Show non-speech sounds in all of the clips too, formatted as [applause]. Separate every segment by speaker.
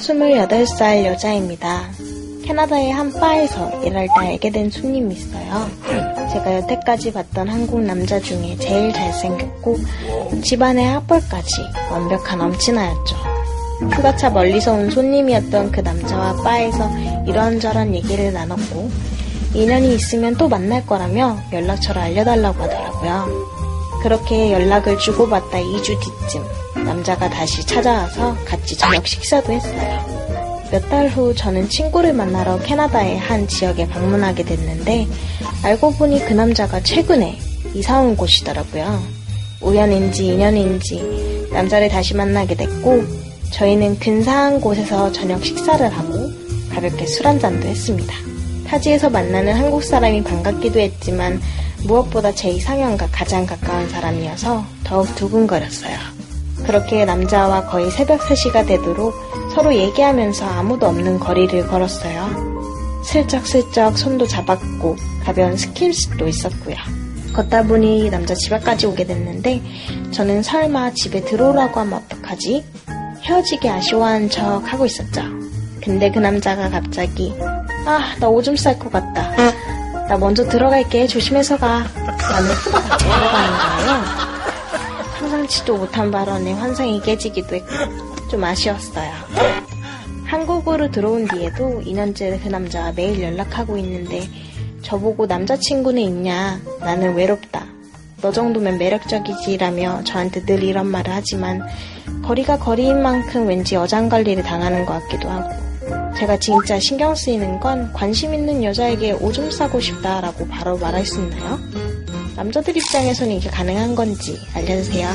Speaker 1: 28살 여자입니다. 캐나다의 한 바에서 일할 때 알게 된 손님이 있어요. 제가 여태까지 봤던 한국 남자 중에 제일 잘생겼고 집안의 학벌까지 완벽한 엄친아였죠. 휴가차 멀리서 온 손님이었던 그 남자와 바에서 이런저런 얘기를 나눴고 인연이 있으면 또 만날 거라며 연락처를 알려달라고 하더라고요. 그렇게 연락을 주고받다 2주 뒤쯤 남자가 다시 찾아와서 같이 저녁 식사도 했어요. 몇 달 후 저는 친구를 만나러 캐나다의 한 지역에 방문하게 됐는데 알고 보니 그 남자가 최근에 이사 온 곳이더라고요. 우연인지 인연인지 남자를 다시 만나게 됐고 저희는 근사한 곳에서 저녁 식사를 하고 가볍게 술 한잔도 했습니다. 타지에서 만나는 한국 사람이 반갑기도 했지만 무엇보다 제 이상형과 가장 가까운 사람이어서 더욱 두근거렸어요. 그렇게 남자와 거의 새벽 3시가 되도록 서로 얘기하면서 아무도 없는 거리를 걸었어요. 슬쩍슬쩍 손도 잡았고 가벼운 스킨십도 있었고요. 걷다 보니 남자 집 앞까지 오게 됐는데 저는 설마 집에 들어오라고 하면 어떡하지? 헤어지기 아쉬워한 척 하고 있었죠. 근데 그 남자가 갑자기 아, 나 오줌 쌀 것 같다. 나 먼저 들어갈게. 조심해서 가. 나는 후다닥 내려가는 거예요. 상상치도 못한 발언에 환상이 깨지기도 했고 좀 아쉬웠어요. 한국으로 들어온 뒤에도 2년째 그 남자와 매일 연락하고 있는데 저보고 남자친구는 있냐? 나는 외롭다. 너 정도면 매력적이지라며 저한테 늘 이런 말을 하지만 거리가 거리인 만큼 왠지 어장관리를 당하는 것 같기도 하고 제가 진짜 신경 쓰이는 건 관심 있는 여자에게 오줌 싸고 싶다라고 바로 말할 수 있나요? 남자들 입장에서는 이게 가능한 건지 알려주세요.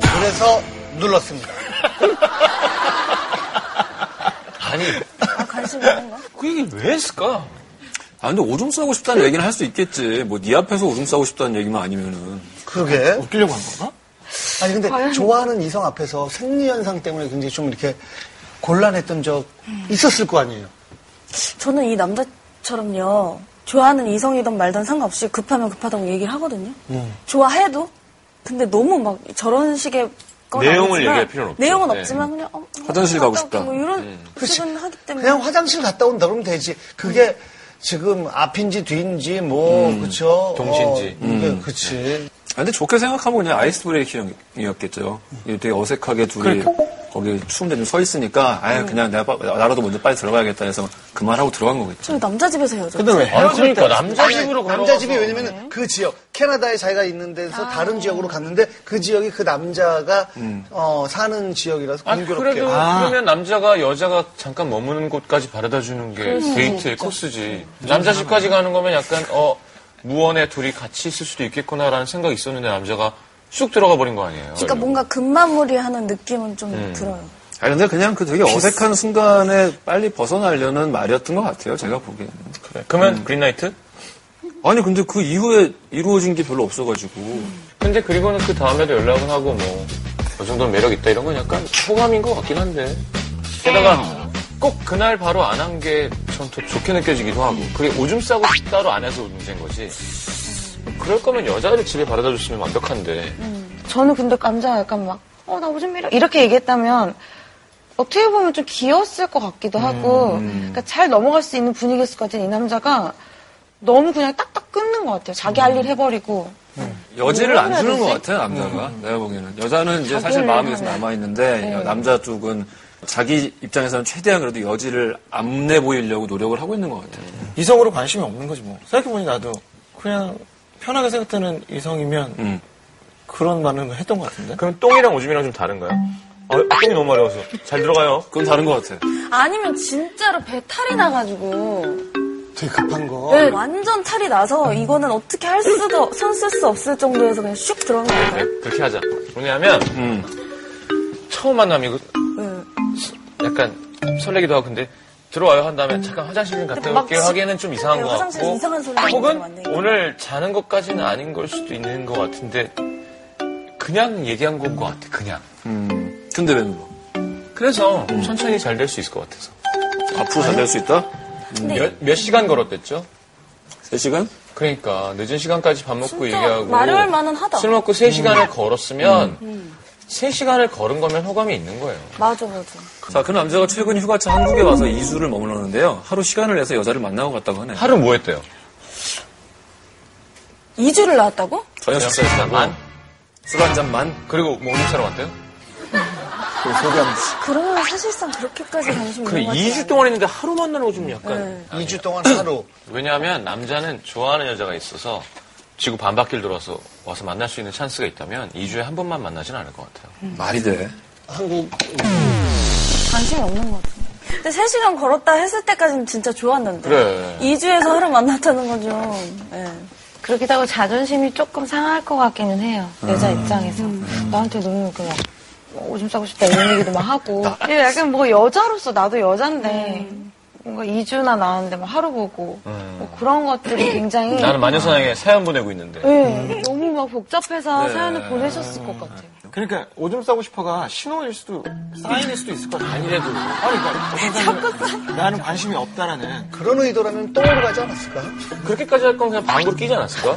Speaker 2: 그래서 눌렀습니다.
Speaker 3: 아니,
Speaker 4: 아, 관심 있는 거?
Speaker 3: 그 얘기 왜 했을까?
Speaker 5: 아, 근데 오줌 싸고 싶다는 얘기는 할 수 있겠지. 뭐, 네 앞에서 오줌 싸고 싶다는 얘기만 아니면은.
Speaker 2: 그러게.
Speaker 3: 웃기려고 한 건가?
Speaker 2: 아니 근데 좋아하는 이성 앞에서 생리 현상 때문에 굉장히 좀 이렇게 곤란했던 적 있었을 거 아니에요.
Speaker 4: 저는 이 남자처럼요. 좋아하는 이성이든 말든 상관없이 급하면 급하다고 얘기를 하거든요.
Speaker 5: 네.
Speaker 4: 좋아해도 근데 너무 막 저런 식의 건
Speaker 3: 내용을
Speaker 4: 아니지만,
Speaker 3: 얘기할 필요는 없죠.
Speaker 4: 내용은
Speaker 3: 네.
Speaker 4: 없지만 그냥 어, 뭐
Speaker 5: 화장실
Speaker 4: 갔다
Speaker 5: 가고
Speaker 4: 올게
Speaker 5: 싶다.
Speaker 4: 뭐 이런 식은 하기 때문에
Speaker 2: 그냥 화장실 갔다 온다 그러면 되지. 그게 지금 앞인지 뒤인지 뭐 그쵸.
Speaker 3: 음, 동시인지. 음.
Speaker 2: 어, 네, 그치.
Speaker 5: 아, 근데 좋게 생각하면 그냥 아이스 브레이킹이었겠죠. 이게 되게 어색하게 둘이 거기 추운데 좀 서 있으니까, 아유, 그냥 내가 빠- 나라도 먼저 빨리 들어가야겠다 해서 그만하고 들어간 거겠죠.
Speaker 4: 저 남자 집에서 헤어져.
Speaker 2: 근데 왜?
Speaker 3: 아, 그러니까 남자 집으로
Speaker 2: 아니, 남자 집이 왜냐면 은그 지역 캐나다에 자기가 있는 데서 다른 지역으로 갔는데 그 지역이 그 남자가 어, 사는 지역이라서
Speaker 3: 음. 아,
Speaker 2: 공교롭게
Speaker 3: 그래도 그러면 남자가 여자가 잠깐 머무는 곳까지 바래다 주는 게 데이트의 코스지. 남자 집까지 가는 거면 약간 어 무언의 둘이 같이 있을 수도 있겠구나라는 생각이 있었는데 남자가 쑥 들어가 버린 거 아니에요.
Speaker 4: 그러니까 뭔가 금마무리하는 느낌은 좀
Speaker 3: 네.
Speaker 4: 들어요.
Speaker 5: 아, 근데 그냥 그 되게 어색한 순간에 빨리 벗어나려는 말이었던 것 같아요. 제가 보기에는.
Speaker 3: 네, 그래. 그러면 그린라이트?
Speaker 5: 아니, 근데 그 이후에 이루어진 게 별로 없어가지고.
Speaker 3: 근데 그리고는 그 다음에도 연락은 하고 뭐, 그 정도는 매력 있다 이런 건 약간 호감인 것 같긴 한데. 게다가 꼭 그날 바로 안 한 게 전 더 좋게 느껴지기도 하고. 그게 오줌 싸고 싶다로 안 해서 문제인 거지. 그럴 거면 여자를 집에 바래다 줬으면 완벽한데.
Speaker 6: 저는 근데 남자가 약간 막, 어, 나 오줌 밀어. 이렇게 얘기했다면, 어떻게 보면 좀 귀여웠을 것 같기도 하고,
Speaker 7: 음.
Speaker 6: 그러니까 잘 넘어갈 수 있는 분위기였을 것 같은 이 남자가 너무 그냥 딱딱 끊는 것 같아요. 자기 할 일
Speaker 7: 음.
Speaker 6: 해버리고.
Speaker 7: 네.
Speaker 5: 여지를
Speaker 6: 뭐라
Speaker 5: 안
Speaker 6: 해야
Speaker 5: 주는 것
Speaker 6: 되지? 음.
Speaker 5: 같아요, 남자가. 내가 보기에는. 여자는 이제 사실 마음이 계속 남아있는데,
Speaker 6: 네.
Speaker 5: 남자 쪽은 자기 입장에서는 최대한 그래도 여지를 안 내 보이려고 노력을 하고 있는 것 같아요.
Speaker 7: 이성으로 관심이 없는 거지 뭐. 생각해보니 나도 그냥 편하게 생각되는 이성이면
Speaker 5: 음.
Speaker 7: 그런 말은 했던 것 같은데.
Speaker 3: 그럼 똥이랑 오줌이랑 좀 다른가요? 아, 똥이 너무 마려워서. 잘 들어가요.
Speaker 5: 그건 다른 것 같아요.
Speaker 4: 아니면 진짜로 배탈이
Speaker 5: 음.
Speaker 4: 나가지고
Speaker 2: 되게 급한
Speaker 5: 어.
Speaker 2: 거.
Speaker 4: 네, 완전 탈이 나서 이거는 어떻게 할 수도 손쓸 수 없을 정도에서 그냥 슉 들어간
Speaker 3: 네,
Speaker 4: 거예요.
Speaker 3: 그렇게 하자. 왜냐하면
Speaker 5: 음.
Speaker 3: 처음 만남이고
Speaker 4: 네.
Speaker 3: 약간 설레기도 하고 근데 들어와요 한 다음에 잠깐 화장실 좀 갔다
Speaker 4: 근데 막
Speaker 3: 올게요
Speaker 4: 지-
Speaker 3: 하기에는 좀 이상한
Speaker 4: 네,
Speaker 3: 것
Speaker 4: 화장실에서
Speaker 3: 같고
Speaker 4: 이상한 소리 나는 거
Speaker 3: 혹은
Speaker 4: 맞네.
Speaker 3: 오늘 자는 것까지는 아닌 걸 수도 있는 것 같은데 그냥 얘기한 건 것 같아 그냥
Speaker 5: 음. 근데 왜 물어?
Speaker 3: 그래서
Speaker 4: 음.
Speaker 3: 천천히 잘 될 수 있을 것 같아서
Speaker 5: 앞으로 잘 될 수 있다?
Speaker 3: 음.
Speaker 4: 네.
Speaker 3: 몇, 몇 시간 걸었댔죠?
Speaker 5: 3시간?
Speaker 3: 그러니까 늦은 시간까지 밥 먹고
Speaker 4: 진짜
Speaker 3: 얘기하고
Speaker 5: 음.
Speaker 4: 말을 할 만은 하다. 음.
Speaker 3: 술 먹고 3시간을 걸었으면 3시간을 걸은 거면 호감이 있는 거예요.
Speaker 4: 맞아, 맞아.
Speaker 5: 자, 그 남자가 최근 휴가차 한국에 와서 2주를 머물렀는데요. 하루 시간을 내서 여자를 만나고 갔다고 하네요.
Speaker 3: 하루 뭐 했대요?
Speaker 4: 2주를 나왔다고?
Speaker 5: 저녁 식사만 술 한 잔만
Speaker 3: 그리고 뭐 음식 사러 갔대요?
Speaker 5: 그 소개한
Speaker 4: 그러면 사실상 그렇게까지 관심
Speaker 3: 그래,
Speaker 4: 있는 것
Speaker 3: 2주 동안 했는데 하루 만나는 거 좀 약간.
Speaker 4: 뭐 네.
Speaker 2: 2주 동안 하루.
Speaker 3: 왜냐하면 남자는 좋아하는 여자가 있어서 지구 반바퀴를 돌아서 와서 만날 수 있는 찬스가 있다면 2주에 한 번만 만나진 않을 것 같아요.
Speaker 5: 말이 돼.
Speaker 2: 한국
Speaker 4: 관심이 없는 것 같은데. 근데 3시간 걸었다 했을 때까지는 진짜 좋았는데.
Speaker 3: 그래.
Speaker 4: 2주에서 하루 만났다는 건 좀, 예.
Speaker 6: 그렇기도 하고 자존심이 조금 상할 것 같기는 해요. 여자
Speaker 7: 음.
Speaker 6: 입장에서. 나한테 너무 그냥 뭐 오줌 싸고 싶다 이런 얘기도 막 하고. 네. 예, 약간 뭐 여자로서 나도 여잔데 뭔가 2주나 나왔는데 막 하루 보고
Speaker 7: 네.
Speaker 6: 뭐 그런
Speaker 4: 음.
Speaker 6: 것들이 굉장히
Speaker 3: 나는 음. 마녀사냥에 사연 보내고 있는데.
Speaker 6: 예, 너무 막
Speaker 3: 네.
Speaker 6: 복잡해서 사연을 보내셨을 것 같아요.
Speaker 7: 그러니까 오줌 싸고 싶어가 신호일 수도 사인일 수도 있을 것 같아. 아니래도. 아니 그러니까 어떤 사람은 나는 관심이 없다라는.
Speaker 2: 그런 의도라면 똥으로 가지 않았을까?
Speaker 3: 그렇게까지 할 건 그냥 방구로 끼지 않았을까?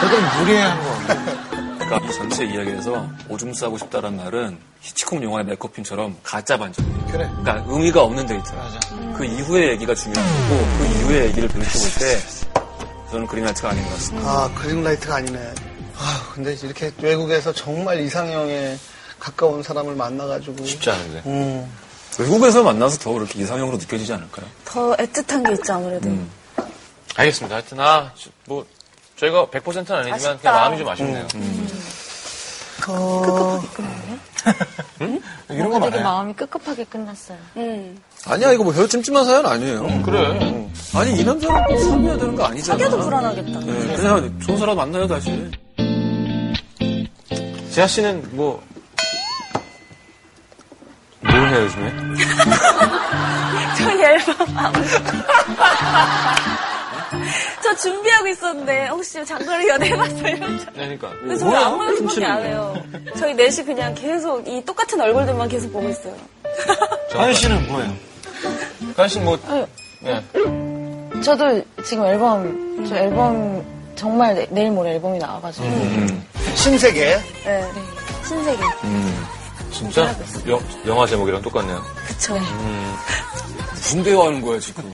Speaker 7: 그건 무례한 거.
Speaker 5: 그러니까 이 전체 이야기에서 오줌 싸고 싶다는 말은 히치콕 영화의 맥커핀처럼 가짜 반전이에요.
Speaker 7: 그래.
Speaker 5: 그러니까 의미가 없는 데이트. 맞아. 그 이후의 얘기가 중요한 거고 그 이후의 얘기를 배우실 때 저는 그린라이트가 아닌 것 같습니다.
Speaker 2: 아, 그린라이트가 아니네. 아, 근데 이렇게 외국에서 정말 이상형에 가까운 사람을 만나가지고.
Speaker 3: 쉽지 않은데.
Speaker 2: 음.
Speaker 5: 외국에서 만나서 더 그렇게 이상형으로 느껴지지 않을까요?
Speaker 4: 더 애틋한 게 있지, 아무래도.
Speaker 3: 음. 알겠습니다. 하여튼, 아, 저- 뭐, 저희가 100%는 아니지만
Speaker 4: 아쉽다.
Speaker 3: 그냥 마음이 좀 아쉽네요.
Speaker 7: 이런 거
Speaker 6: 되게
Speaker 7: 많아요.
Speaker 6: 마음이 끄급하게 끝났어요.
Speaker 4: 음.
Speaker 5: 아니야 이거 뭐 혀찜찜한 사연 아니에요.
Speaker 3: 그래.
Speaker 5: 아니 이 남자랑 꼭 사귀어야 되는 거 아니잖아.
Speaker 4: 사겨도 불안하겠다.
Speaker 5: 네, 그냥 좋은 사람 만나요 다시.
Speaker 3: 지아 씨는 뭐, 뭘 해요, 요즘에?
Speaker 4: 저 앨범 [laughs] 안 저 준비하고 있었는데 혹시 장거리 연애 해봤어요?
Speaker 5: 네,
Speaker 3: 그러니까.
Speaker 4: 근데 저는 아무 연습밖에 안 해요. 저희 넷이 그냥 계속 이 똑같은 얼굴들만 계속 보고 있어요.
Speaker 7: 가연 씨는 뭐예요?
Speaker 3: 가연 씨는 뭐, 예.
Speaker 6: 저도 지금 앨범, 저 앨범 정말 내- 내일 모레 앨범이 나와가지고.
Speaker 2: 신세계.
Speaker 4: 네. 신세계.
Speaker 3: 진짜? 영, 영화 제목이랑 똑같네요.
Speaker 4: 그쵸.
Speaker 5: 무슨 대화하는 거야 지금?